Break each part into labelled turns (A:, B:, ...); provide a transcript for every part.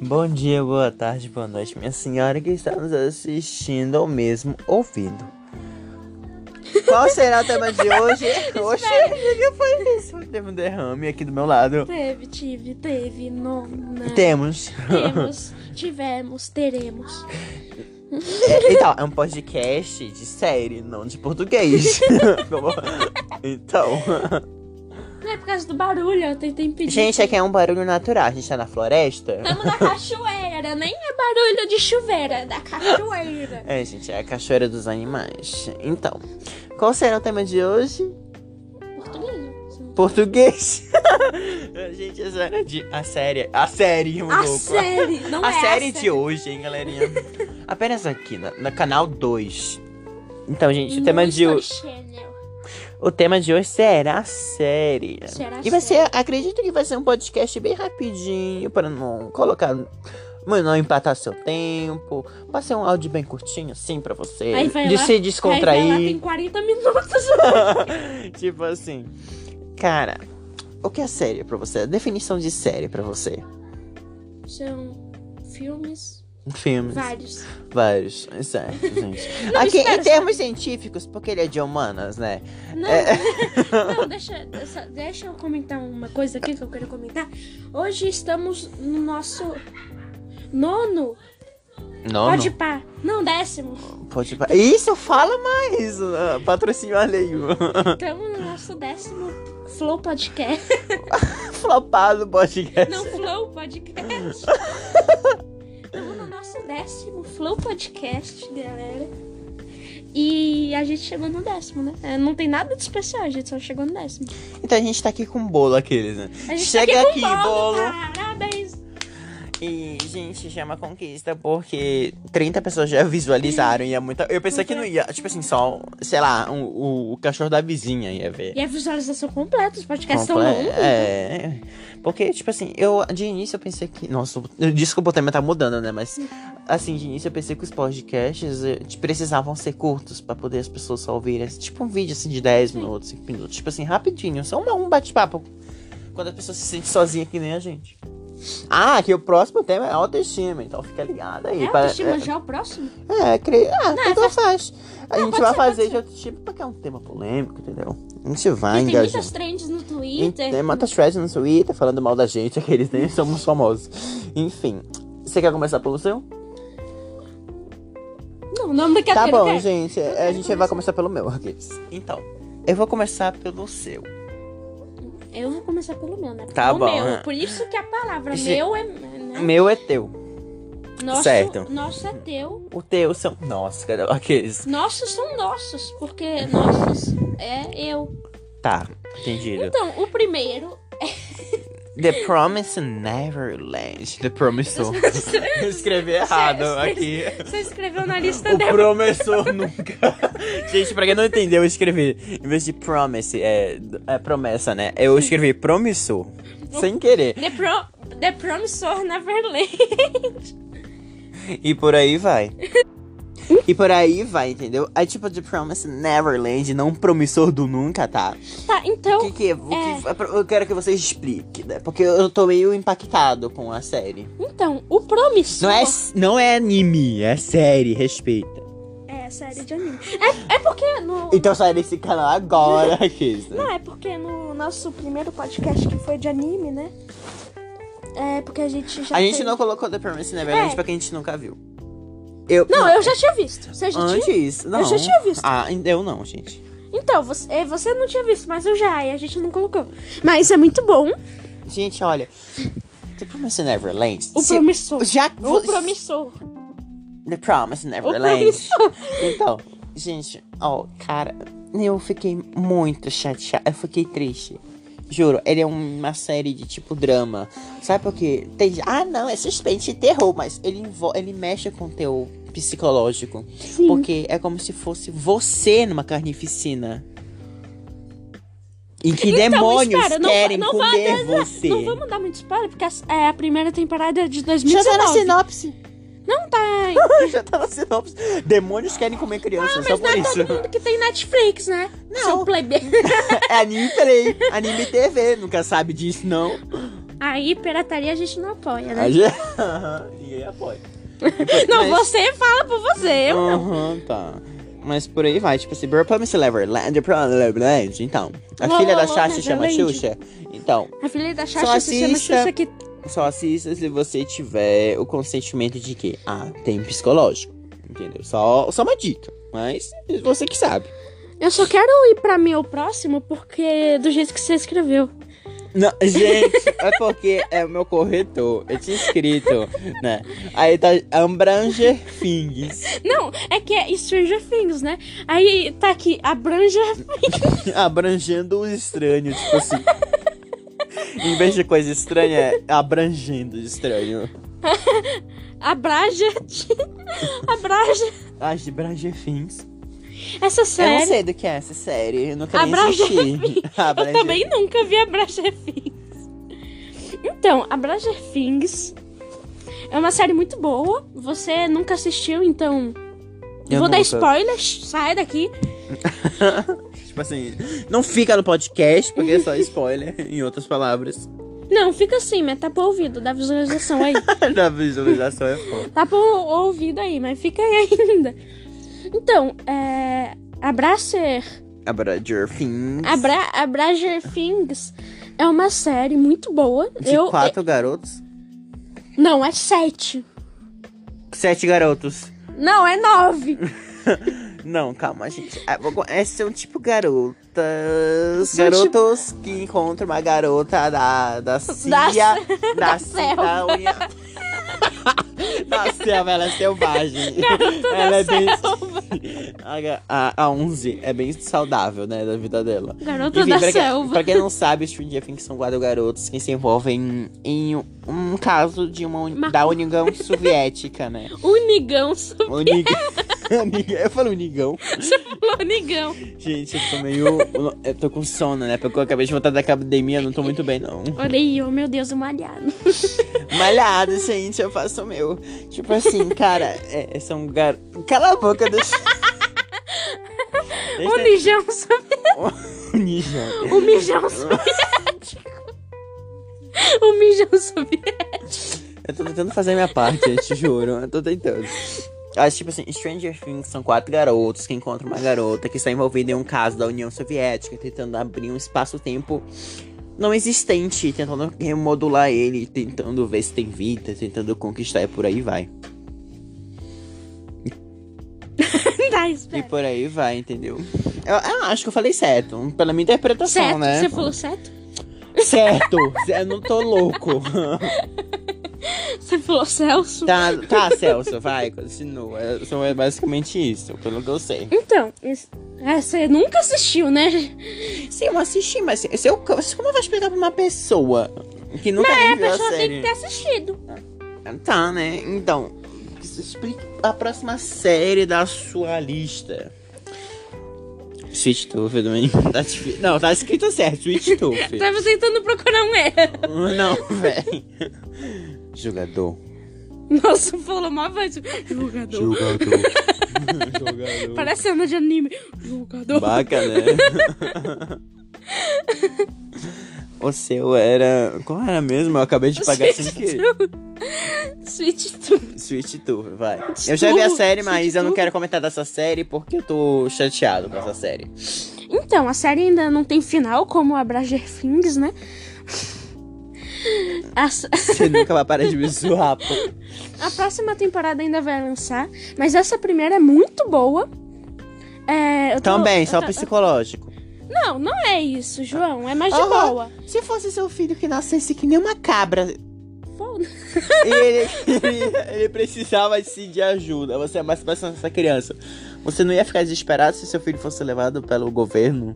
A: Bom dia, boa tarde, boa noite, minha senhora que está nos assistindo ou mesmo ouvindo. Qual será o tema de hoje? Oxe, o que foi isso? Teve um derrame aqui do meu lado.
B: Teve, tive, teve, não. não.
A: Temos.
B: Temos, tivemos, teremos.
A: É, então, é um podcast de série, não de português. Tá bom? então.
B: Não é por causa do barulho, eu tentei impedir.
A: Gente, aqui é um barulho natural. A gente tá na floresta.
B: Estamos na cachoeira, nem é barulho de chuveira, é da cachoeira.
A: É, gente, é a cachoeira dos animais. Então, qual será o tema de hoje?
B: Português. sim.
A: Português. gente, a série. de- A série. A série, um
B: A
A: louco.
B: série, não
A: a
B: é
A: série
B: a
A: de hoje, hein, galerinha? Apenas aqui, na- no canal 2. Então, gente, o tema,
B: No
A: de, ho-
B: Channel.
A: o tema de hoje será a série.
B: Será
A: E vai ser,
B: série.
A: acredito que vai ser um podcast bem rapidinho, pra não colocar. Mano, não empatar seu tempo. Vai ser um áudio bem curtinho, assim, pra você.
B: Aí vai
A: de
B: lá-
A: se
B: Aí vai lá,
A: descontrair.
B: tem 40 minutos.
A: tipo assim. Cara, o que é série pra você? A definição de série pra você?
B: São filmes,
A: Filmes.
B: vários.
A: Vários, certo, gente.
B: Não,
A: Aqui, em
B: espera,
A: termos científicos, porque ele é de humanas, né?
B: Não,
A: É.
B: não deixa, deixa, deixa eu comentar uma coisa aqui que eu quero comentar. Hoje estamos no nosso nono,
A: Nono?
B: pode pá, não, décimo.
A: Pode... pa- Isso, fala mais! ah, Patrocínio alheio.
B: Estamos no nosso décimo Flow Podcast.
A: Flopado podcast.
B: Não, Flow Podcast. Estamos no nosso décimo Flow Podcast, galera. E a gente chegou no décimo, né? É, Não tem nada de especial, a gente só chegou no décimo.
A: Então a gente tá aqui com bolo aqueles, né?
B: A gente
A: Chega
B: tá aqui,
A: aqui,
B: com
A: bolo.
B: Parabéns!
A: E, gente, chama conquista porque 30 pessoas já visualizaram e é muita. Eu pensei que não ia. Tipo assim, só, sei lá, um- o, o cachorro da vizinha ia ver.
B: E a visualização completa, os podcasts são
A: Comple-
B: longos.
A: É. Porque, tipo assim, eu de início eu pensei que. Nossa, eu- desculpa, o tema tá mudando, né? Mas, assim, de início eu pensei que os podcasts eh, te- precisavam ser curtos pra poder as pessoas só ouvirem. assim, Tipo um vídeo assim de 10
B: Sim.
A: minutos, 5 minutos. Tipo assim, rapidinho. Só uma- um bate-papo. Quando a pessoa se sente sozinha que nem a gente. Ah, que o próximo tema é autoestima, então fica ligado aí.
B: É
A: pra-
B: autoestima já é o próximo?
A: é, cre... ah, tudo faz. A
B: Não,
A: gente vai
B: pode ser, pode
A: fazer de autoestima porque é um tema polêmico, entendeu? A gente vai
B: Porque tem
A: engajar.
B: muitas trends no
A: E
B: Twitter.
A: Tem muitas threads né, no Twitter falando mal da gente, aqueles nem somos famosos. Enfim, você quer começar pelo seu?
B: Não, não, daqui a
A: Tá
B: pouco eu
A: bom,
B: quero.
A: gente.
B: Eu
A: A
B: quero
A: gente
B: começar.
A: vai começar pelo meu, Gates. Então, eu vou começar pelo seu.
B: Eu vou começar pelo meu, né?
A: Tá
B: o
A: bom,
B: Meu,
A: né?
B: Por isso que a palavra
A: Gente,
B: meu é. Né?
A: Meu é teu.
B: Nosso,
A: certo.
B: Nosso é teu.
A: O teu são. Nossa, cadê aqueles?
B: Nossos são nossos, porque nossos é eu.
A: Tá, entendido.
B: Então, o primeiro. é-
A: The Promise Neverland. The Promissor. Eu escrevi errado aqui.
B: Você escreveu na lista
A: O
B: dela.
A: promissor nunca. Gente, pra quem não entendeu, eu escrevi. Em vez de promise, é, é promessa, né? Eu escrevi promissor. sem querer.
B: The, pro... The Promissor Neverland.
A: E por aí vai. E por aí vai, entendeu? É tipo de Promise Neverland, não promissor do nunca, tá?
B: Tá, então.
A: Que que, o que- eu quero que você explique, né? Porque eu tô meio impactado com a série.
B: Então, o promissor.
A: Não é, não é anime, é série, respeita.
B: É, série de anime. É, é porque no.
A: Então sai desse canal agora, Kisa.
B: Não, é porque no nosso primeiro podcast que foi de anime, né? É porque a gente já.
A: A gente
B: teve-
A: não colocou The Promise Neverland
B: Então É.
A: porque a gente nunca viu. Eu,
B: Não, eu já tinha visto. Você já tinha?
A: Antes, não.
B: já tinha visto.
A: Ah, eu não, gente.
B: Então, você, é, você não tinha visto, mas eu já, e a gente não colocou. Mas é muito bom.
A: Gente, olha. The Promise Neverland.
B: O
A: se-
B: promissor.
A: Já,
B: O promissor.
A: The Promise Neverland. Então, gente, ó, cara, eu fiquei muito chateada. Eu fiquei triste. Juro, ele é uma série de tipo drama. Sabe por quê? Tem, ah, não, é suspense e terror, mas ele, envol- ele mexe com o teu psicológico.
B: Sim.
A: Porque é como se fosse você numa carnificina. E que demônios
B: Então, espera, não-
A: querem
B: não vá
A: comer
B: dar-
A: você.
B: Não vamos dar muito spoiler, porque a- é a primeira temporada é de
A: Já tá
B: 2019.
A: na sinopse.
B: Não tá.
A: Já tá na sinopse. Demônios querem comer crianças, só
B: Mas não
A: por
B: é
A: isso.
B: todo mundo que tem Netflix, né? Seu plebe.
A: É anime play, anime TV, nunca sabe disso, não.
B: Aí, pirataria a gente não apoia, né?
A: A gente... Aham, Ninguém apoia.
B: Não,
A: Mas-
B: você fala por você, eu não.
A: Aham, tá. Mas por aí vai, tipo assim, Burr Promise Neverland, Neverland, então. A
B: Vovó
A: filha da Chá se chama
B: Neverland.
A: Xuxa. Então,
B: A filha da
A: Só
B: Xaxa se chama
A: assista.
B: Xuxa que...
A: só assista se você tiver o consentimento de que, ah, tem psicológico. Entendeu? Só, só uma dica. Mas você que sabe.
B: Eu só quero ir pra mim o próximo porque do jeito que você escreveu.
A: Não, gente, é porque é o meu corretor. Eu tinha escrito, né? Aí tá Ambranger Things.
B: Não, é que é Stranger Things, né? Aí tá aqui, abranja...
A: Abrangendo o estranho, tipo assim. Em vez de coisa estranha, é abrangendo o estranho.
B: Abraja... Abraja...
A: As de Branger Things.
B: Essa
A: Eu não
B: série...
A: sei do que é essa série. Eu nunca nem
B: Abranger
A: assisti.
B: Eu
A: Abranger-
B: também nunca vi a Brager Things. Então, a Brager Things é uma série muito boa. Você nunca assistiu, então.
A: Eu
B: vou dar
A: nunca.
B: spoilers, sai daqui.
A: Tipo assim, não fica no podcast, porque é só spoiler, em outras palavras.
B: Não, fica assim, mas tá pro ouvido, dá visualização aí.
A: Da visualização é foda.
B: tá pro ouvido aí, mas fica aí ainda. Então, é. A Bracer
A: Abranger Things.
B: A, Bra, a Brager Things é uma série muito boa.
A: De
B: eu,
A: quatro garotos.
B: Não, é sete.
A: Sete garotos.
B: Não, é nove.
A: Não, calma, gente. Ah, vou co- Essas são tipo garotas.
B: São tipo,
A: garotos que encontram uma garota da, da CIA. Da,
B: da
A: ci-
B: selva.
A: Da, unha... da selva, ela é selvagem.
B: da
A: ela é
B: selva.
A: bem. A, ga- a, a 11 é bem saudável, né? Da vida dela.
B: Garota
A: Enfim, é
B: da
A: pra quem-
B: selva.
A: pra quem não sabe, Stranger Things são quatro garotos que se envolvem em um, um caso de uma, uni-
B: Uma-
A: da União Soviética, né?
B: Unigão, sou
A: Unig... Eu falo unigão.
B: Unigão.
A: Gente, eu tô meio. Eu tô com sono, né? Porque eu acabei de voltar da academia, não tô muito bem, não.
B: Olha aí, oh meu Deus, o malhado.
A: Malhado, gente, eu faço o meu. Tipo assim, cara, é, são gar... Cala a boca, deixa.
B: O
A: deixa
B: mijão, sob-
A: o ninja.
B: o mijão soviético. O mijão soviético.
A: Eu tô tentando fazer a minha parte, eu te juro. Eu tô tentando. Mas, tipo assim, Stranger Things são quatro garotos que encontram uma garota que está envolvida em um caso da União Soviética, tentando abrir um espaço-tempo não existente, tentando remodular ele, tentando ver se tem vida, tentando conquistar e por aí vai.
B: Tá,
A: E
B: espera.
A: por aí vai, entendeu? Eu, eu acho que eu falei certo, pela minha interpretação,
B: Certo,
A: né?
B: você falou certo?
A: Certo! eu não tô louco.
B: Você falou Celso?
A: tá, tá, Celso, vai, continua. É, são- É basicamente isso, pelo que eu sei.
B: Então, esse- é, você nunca assistiu, né?
A: Sim, eu assisti, mas assim, se eu, se- como eu vou explicar pra uma pessoa que nunca nem
B: é, A
A: viu a
B: pessoa tem
A: série?
B: que ter assistido.
A: Tá, né? Então, explique a próxima série da sua lista. Sweet Tooth, também. Tá difí- Não, tá escrito certo, Sweet Tooth.
B: Tava tentando procurar um erro.
A: Não, velho. Jogador.
B: Nossa, falou uma voz. Jogador.
A: Jogador. Jogador.
B: Parece cena de anime. Jogador.
A: Baca, né? o seu era. Qual era mesmo? Eu acabei de pagar sem querer.
B: Sweet Tooth.
A: Sweet Tooth, vai. Eu já vi a
B: Tooth,
A: série,
B: Sweet
A: mas eu não
B: Tooth.
A: quero comentar dessa série porque eu tô chateado com essa série.
B: Então, a série ainda não tem final, como a Brager Things, né? A, s-
A: Você nunca vai parar de me zoar, pô.
B: a próxima temporada ainda vai lançar, mas essa primeira é muito boa. É, eu tô-
A: Também,
B: eu
A: só
B: tô-
A: psicológico.
B: Não, não é isso, João. É mais de
A: Aham.
B: boa.
A: Se fosse seu filho que nascesse que nem uma cabra,
B: Foda.
A: ele, ele, ele precisava sim, de ajuda. Você é mais próximo dessa criança. Você não ia ficar desesperado se seu filho fosse levado pelo governo?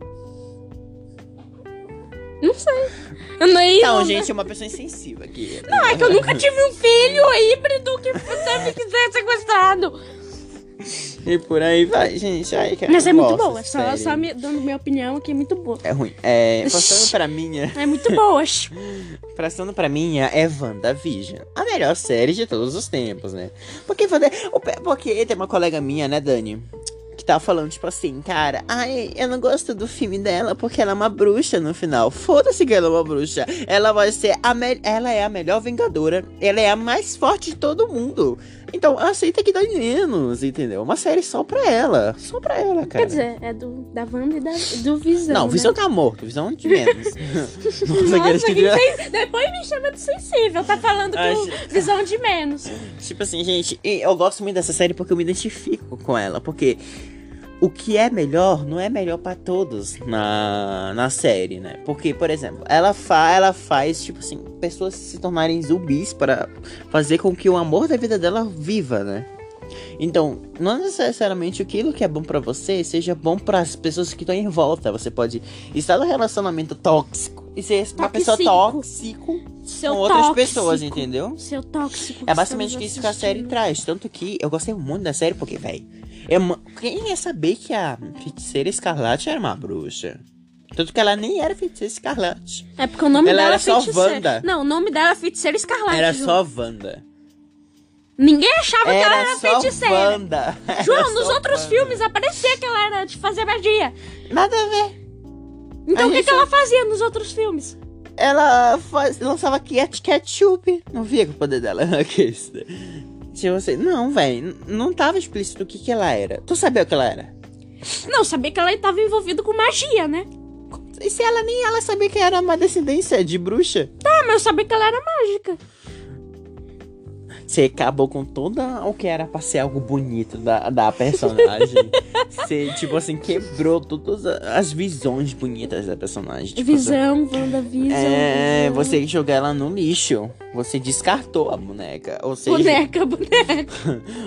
B: Eu não ia.
A: Então,
B: não,
A: gente, é uma pessoa insensível aqui.
B: Não, é que eu nunca tive um filho híbrido que sempre quiser sequestrado.
A: E por aí vai, gente. Ai, cara,
B: Mas é
A: eu
B: muito
A: gosto
B: boa.
A: dessa
B: Só,
A: série.
B: só me dando minha opinião aqui, é muito boa.
A: É ruim. É, passando pra minha...
B: É muito boa.
A: Passando pra minha é WandaVision. A melhor série de todos os tempos, né? Porque, Wanda- o pe- porque tem uma colega minha, né, Dani? Que tá falando, tipo assim, cara, ai, eu não gosto do filme dela porque ela é uma bruxa no final. Foda-se que ela é uma bruxa. Ela vai ser a me... Ela é a melhor Vingadora. Ela é a mais forte de todo mundo. Então aceita que dá menos, entendeu? Uma série só pra ela. Só pra ela, cara.
B: Quer dizer, é do, da Wanda e da, do Visão.
A: não,
B: né?
A: visão é tá morto, visão de menos.
B: Nossa,
A: aqueles
B: que
A: viram-
B: sen- Depois me chama de sensível, tá falando
A: Ai,
B: com visão é de menos.
A: Tipo assim, gente, e eu gosto muito dessa série porque eu me identifico com ela, porque o que é melhor não é melhor pra todos na, na série, né? Porque, por exemplo, ela, fa ela faz, tipo assim, pessoas se tornarem zumbis para fazer com que o amor da vida dela viva, né? Então, não necessariamente aquilo que é bom pra você seja bom para as pessoas que estão em volta. Você pode estar num relacionamento tóxico e ser uma pessoa tóxico
B: Seu
A: com outras
B: tóxico.
A: pessoas, entendeu?
B: Seu tóxico.
A: É basicamente que
B: estamos
A: isso que a série
B: assistindo.
A: traz. Tanto que eu gostei muito da série, porque, véi. é uma- Quem ia saber que a feiticeira escarlate era uma bruxa? Tanto que ela nem era feiticeira escarlate.
B: É porque o nome
A: tá- Ela
B: dela
A: era
B: é
A: só
B: feiticeira.
A: Wanda.
B: Não, o nome dela é feiticeira escarlate.
A: Era
B: Ju.
A: só Wanda.
B: Ninguém achava que
A: Era
B: ela era
A: só
B: feiticeira.
A: Wanda. Era
B: João, nos
A: só
B: outros
A: Wanda.
B: filmes aparecia que ela era de fazer magia.
A: Nada a ver.
B: Então
A: A
B: o que,
A: gente-
B: que ela fazia nos outros filmes?
A: Ela faz- lançava ket- ketchup. Não via que o poder dela era aquele. Se você. Não, véi. n- Não tava explícito o que, que ela era. Tu sabia o que ela era?
B: Não, sabia que ela estava envolvida com magia, né?
A: E se ela nem ela sabia que era uma descendência de bruxa?
B: Ah, mas eu sabia que ela era mágica.
A: Você acabou com toda o que era pra ser algo bonito da, da personagem. Você, tipo assim, quebrou todas a- as visões bonitas da personagem. Tipo,
B: Visão, Wanda, visão.
A: É,
B: Visão.
A: você jogou ela no lixo. Você descartou a boneca. Ou seja,
B: Boneca, boneca.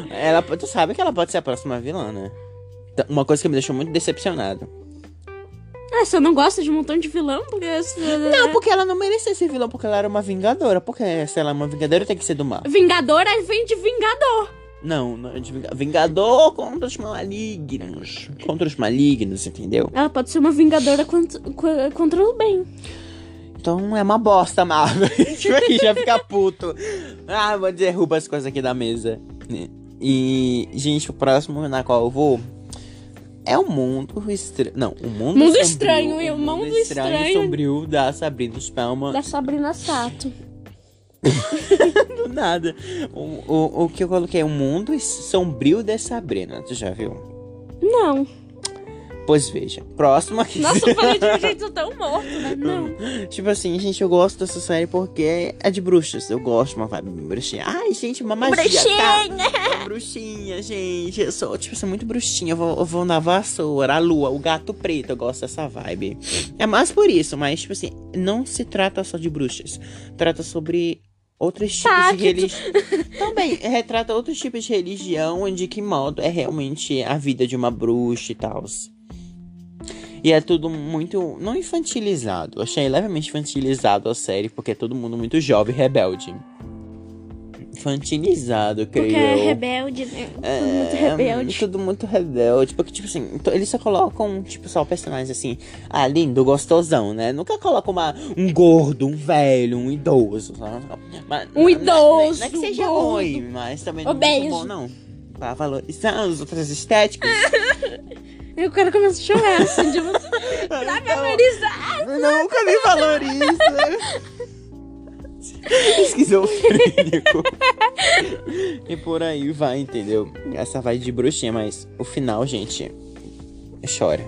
A: ela, tu sabe que ela pode ser a próxima vilã, né? Então, Uma coisa que me deixou muito decepcionado.
B: Ah, você não gosta de um montão de vilão? Porque...
A: Não, porque ela não merecia ser vilã, porque ela era uma vingadora. Porque se ela é uma vingadora, tem que ser do mal.
B: Vingador aí vem de Vingador.
A: Não, não de vinga- Vingador contra os malignos. Contra os malignos, entendeu?
B: Ela pode ser uma Vingadora contra, co- contra o bem.
A: Então é uma bosta, Marvel. tipo aqui, já fica puto. Ah, vou derrubar as coisas aqui da mesa. E, gente, o próximo na qual eu vou é o mundo estranho. Não, o mundo,
B: Mundo
A: sombrio,
B: Estranho, e o
A: o
B: Mundo
A: estranho, e
B: Estranho.
A: sombrio da Sabrina Spellman.
B: Da Sabrina Sato.
A: Do nada. O, o, o que eu coloquei é o mundo sombrio da Sabrina. Tu já viu?
B: Não.
A: Pois veja. Próximo aqui.
B: Nossa, eu falei de um jeito tão morto, né? Não.
A: Tipo assim, gente, eu gosto dessa série porque é de bruxas. Eu gosto de uma vibe bruxinha. Ai, gente, uma magia. tá? Uma bruxinha, gente. Eu sou, tipo, sou muito bruxinha. Eu vou, eu vou na vassoura, a lua, o gato preto. Eu gosto dessa vibe. É mais por isso, mas, tipo assim, não se trata só de bruxas. Trata sobre outros tipos
B: Tá,
A: de
B: que tu-
A: religião. Também, eh, retrata outros tipos de religião e de que modo é realmente a vida de uma bruxa e tal. E é tudo muito. Não infantilizado. Eu Achei levemente infantilizado a série, porque é todo mundo muito jovem e rebelde. Infantilizado, creio.
B: Porque é
A: eu.
B: rebelde, né? Todo
A: É,
B: muito rebelde.
A: Tudo muito rebelde. Porque, tipo assim, to- eles só colocam, tipo, só personagens assim, ah, lindo, gostosão, né? Nunca colocam uma, um gordo, um velho, um idoso. só- só- mas-
B: Um
A: não-
B: idoso,
A: Não é que seja
B: gordo.
A: ruim, mas também não é
B: Obeso.
A: muito bom, não. Pra valorizar os outros estéticos.
B: Eu quero começar a chorar, assim, de você. Pra
A: Então,
B: memorizar.
A: Nunca me valoriza. Esquizofrênico. e por aí vai, entendeu? Essa vai de bruxinha, mas o final, gente, chora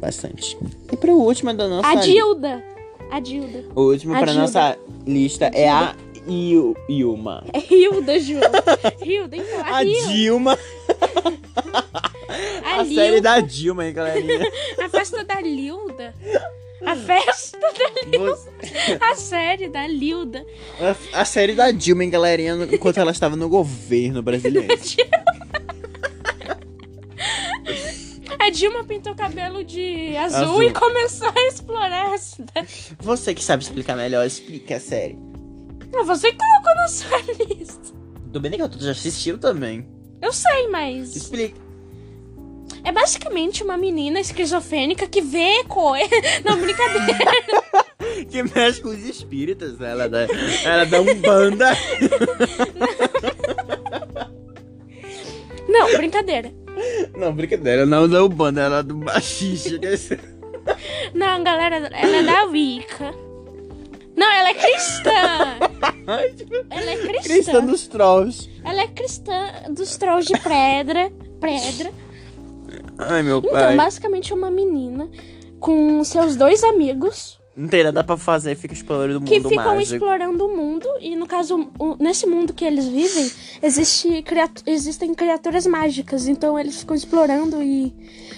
A: bastante. E pro último da nossa
B: A Dilda. A Dilda.
A: O último
B: a
A: pra
B: Dilda.
A: nossa lista é a Iu- Ilma.
B: É Hilda, Ju. Hilda, então. A,
A: A
B: Hilda.
A: Dilma,
B: A,
A: a,
B: Lil-
A: série da Dilma, hein, galerinha?
B: a festa da Lilda. A festa da
A: Você-
B: A série da Lilda.
A: a, a série da Dilma, hein, galerinha, enquanto ela estava no governo brasileiro.
B: A Dilma pintou o cabelo de azul,
A: Azul.
B: e começou a explorar a cidade.
A: Você que sabe explicar melhor, explica a série.
B: Ah, Você colocou na sua lista.
A: Tudo bem que tu já assistiu também.
B: Eu sei, mas.
A: Explica.
B: É basicamente uma menina esquizofrênica que vê coisa. Não, brincadeira.
A: Que mexe com os espíritas, né? Ela dá, ela dá um banda.
B: Não, brincadeira.
A: Não, brincadeira, ela não é da Ubanda, ela é do baixista. quer dizer,
B: Não, galera, ela é da Wicca. Não, ela é cristã.
A: Ai, tipo,
B: Ela é cristã.
A: Cristã dos Trolls.
B: Ela é cristã dos trolls de pedra. Pedra.
A: Ai, meu
B: Então,
A: pai.
B: basicamente, uma menina com seus dois amigos
A: Não tem nada pra fazer, fica explorando o mundo
B: que ficam
A: mágico.
B: explorando o mundo. E, no caso, o- nesse mundo que eles vivem, existe criatu- existem criaturas mágicas. Então, eles ficam explorando e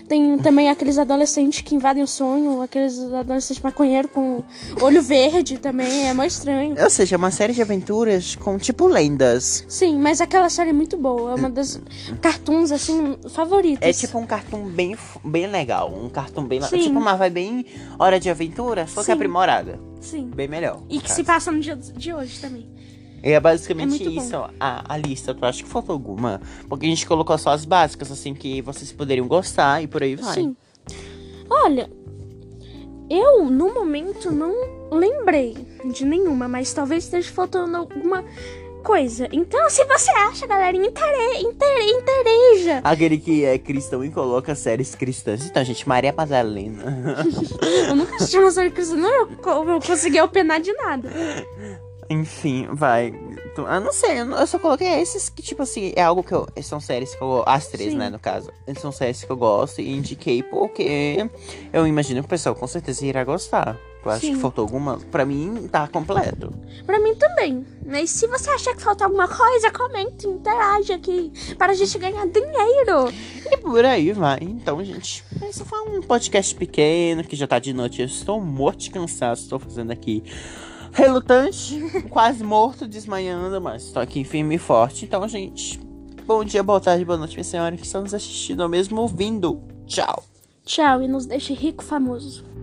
B: tem também aqueles adolescentes que invadem o sonho, aqueles adolescentes maconheiros com olho verde também. É mó estranho.
A: Ou seja, é uma série de aventuras com, tipo, lendas.
B: Sim, mas aquela série é muito boa. É uma das cartoons, assim, favoritas.
A: É tipo um cartoon bem, f- bem legal. Um cartoon bem...
B: Sim.
A: Tipo uma vibe bem Hora de Aventura, só que
B: Sim.
A: aprimorada.
B: Sim.
A: Bem melhor.
B: E que se
A: cara.
B: passa no dia de hoje também.
A: E é basicamente
B: É muito
A: isso, ó, a, a lista. Tu acha que faltou alguma? Porque a gente colocou só as básicas, assim, que vocês poderiam gostar e por aí vai.
B: Sim. Olha, eu no momento não lembrei de nenhuma, mas talvez esteja faltando alguma coisa. Então, se você acha, galerinha, intere, intere, intereja.
A: Aquele que é cristão e coloca séries cristãs. Então, gente, Maria Madalena.
B: Eu nunca assisti uma série cristã, não, eu, co- eu consegui opinar de nada.
A: Enfim, vai. Tu- Ah, não sei, eu não- eu só coloquei esses que, tipo assim, é algo que eu. São séries que eu. As três,
B: Sim.
A: né, no caso. São séries que eu gosto e indiquei porque eu imagino que o pessoal com certeza irá gostar. Tu acha
B: Sim.
A: que faltou alguma? Pra mim, tá completo.
B: Pra mim também. Mas se você achar que falta alguma coisa, comente, interage aqui. Para a gente ganhar dinheiro.
A: E por aí vai. Então, gente, esse foi um podcast pequeno que já tá de noite. Eu estou morto de cansaço, estou fazendo aqui. Relutante, quase morto, desmanhando, mas estou aqui firme e forte. Então, gente, bom dia, boa tarde, boa noite, minha senhora que está nos assistindo ou mesmo ouvindo. Tchau!
B: Tchau e nos deixe rico famoso.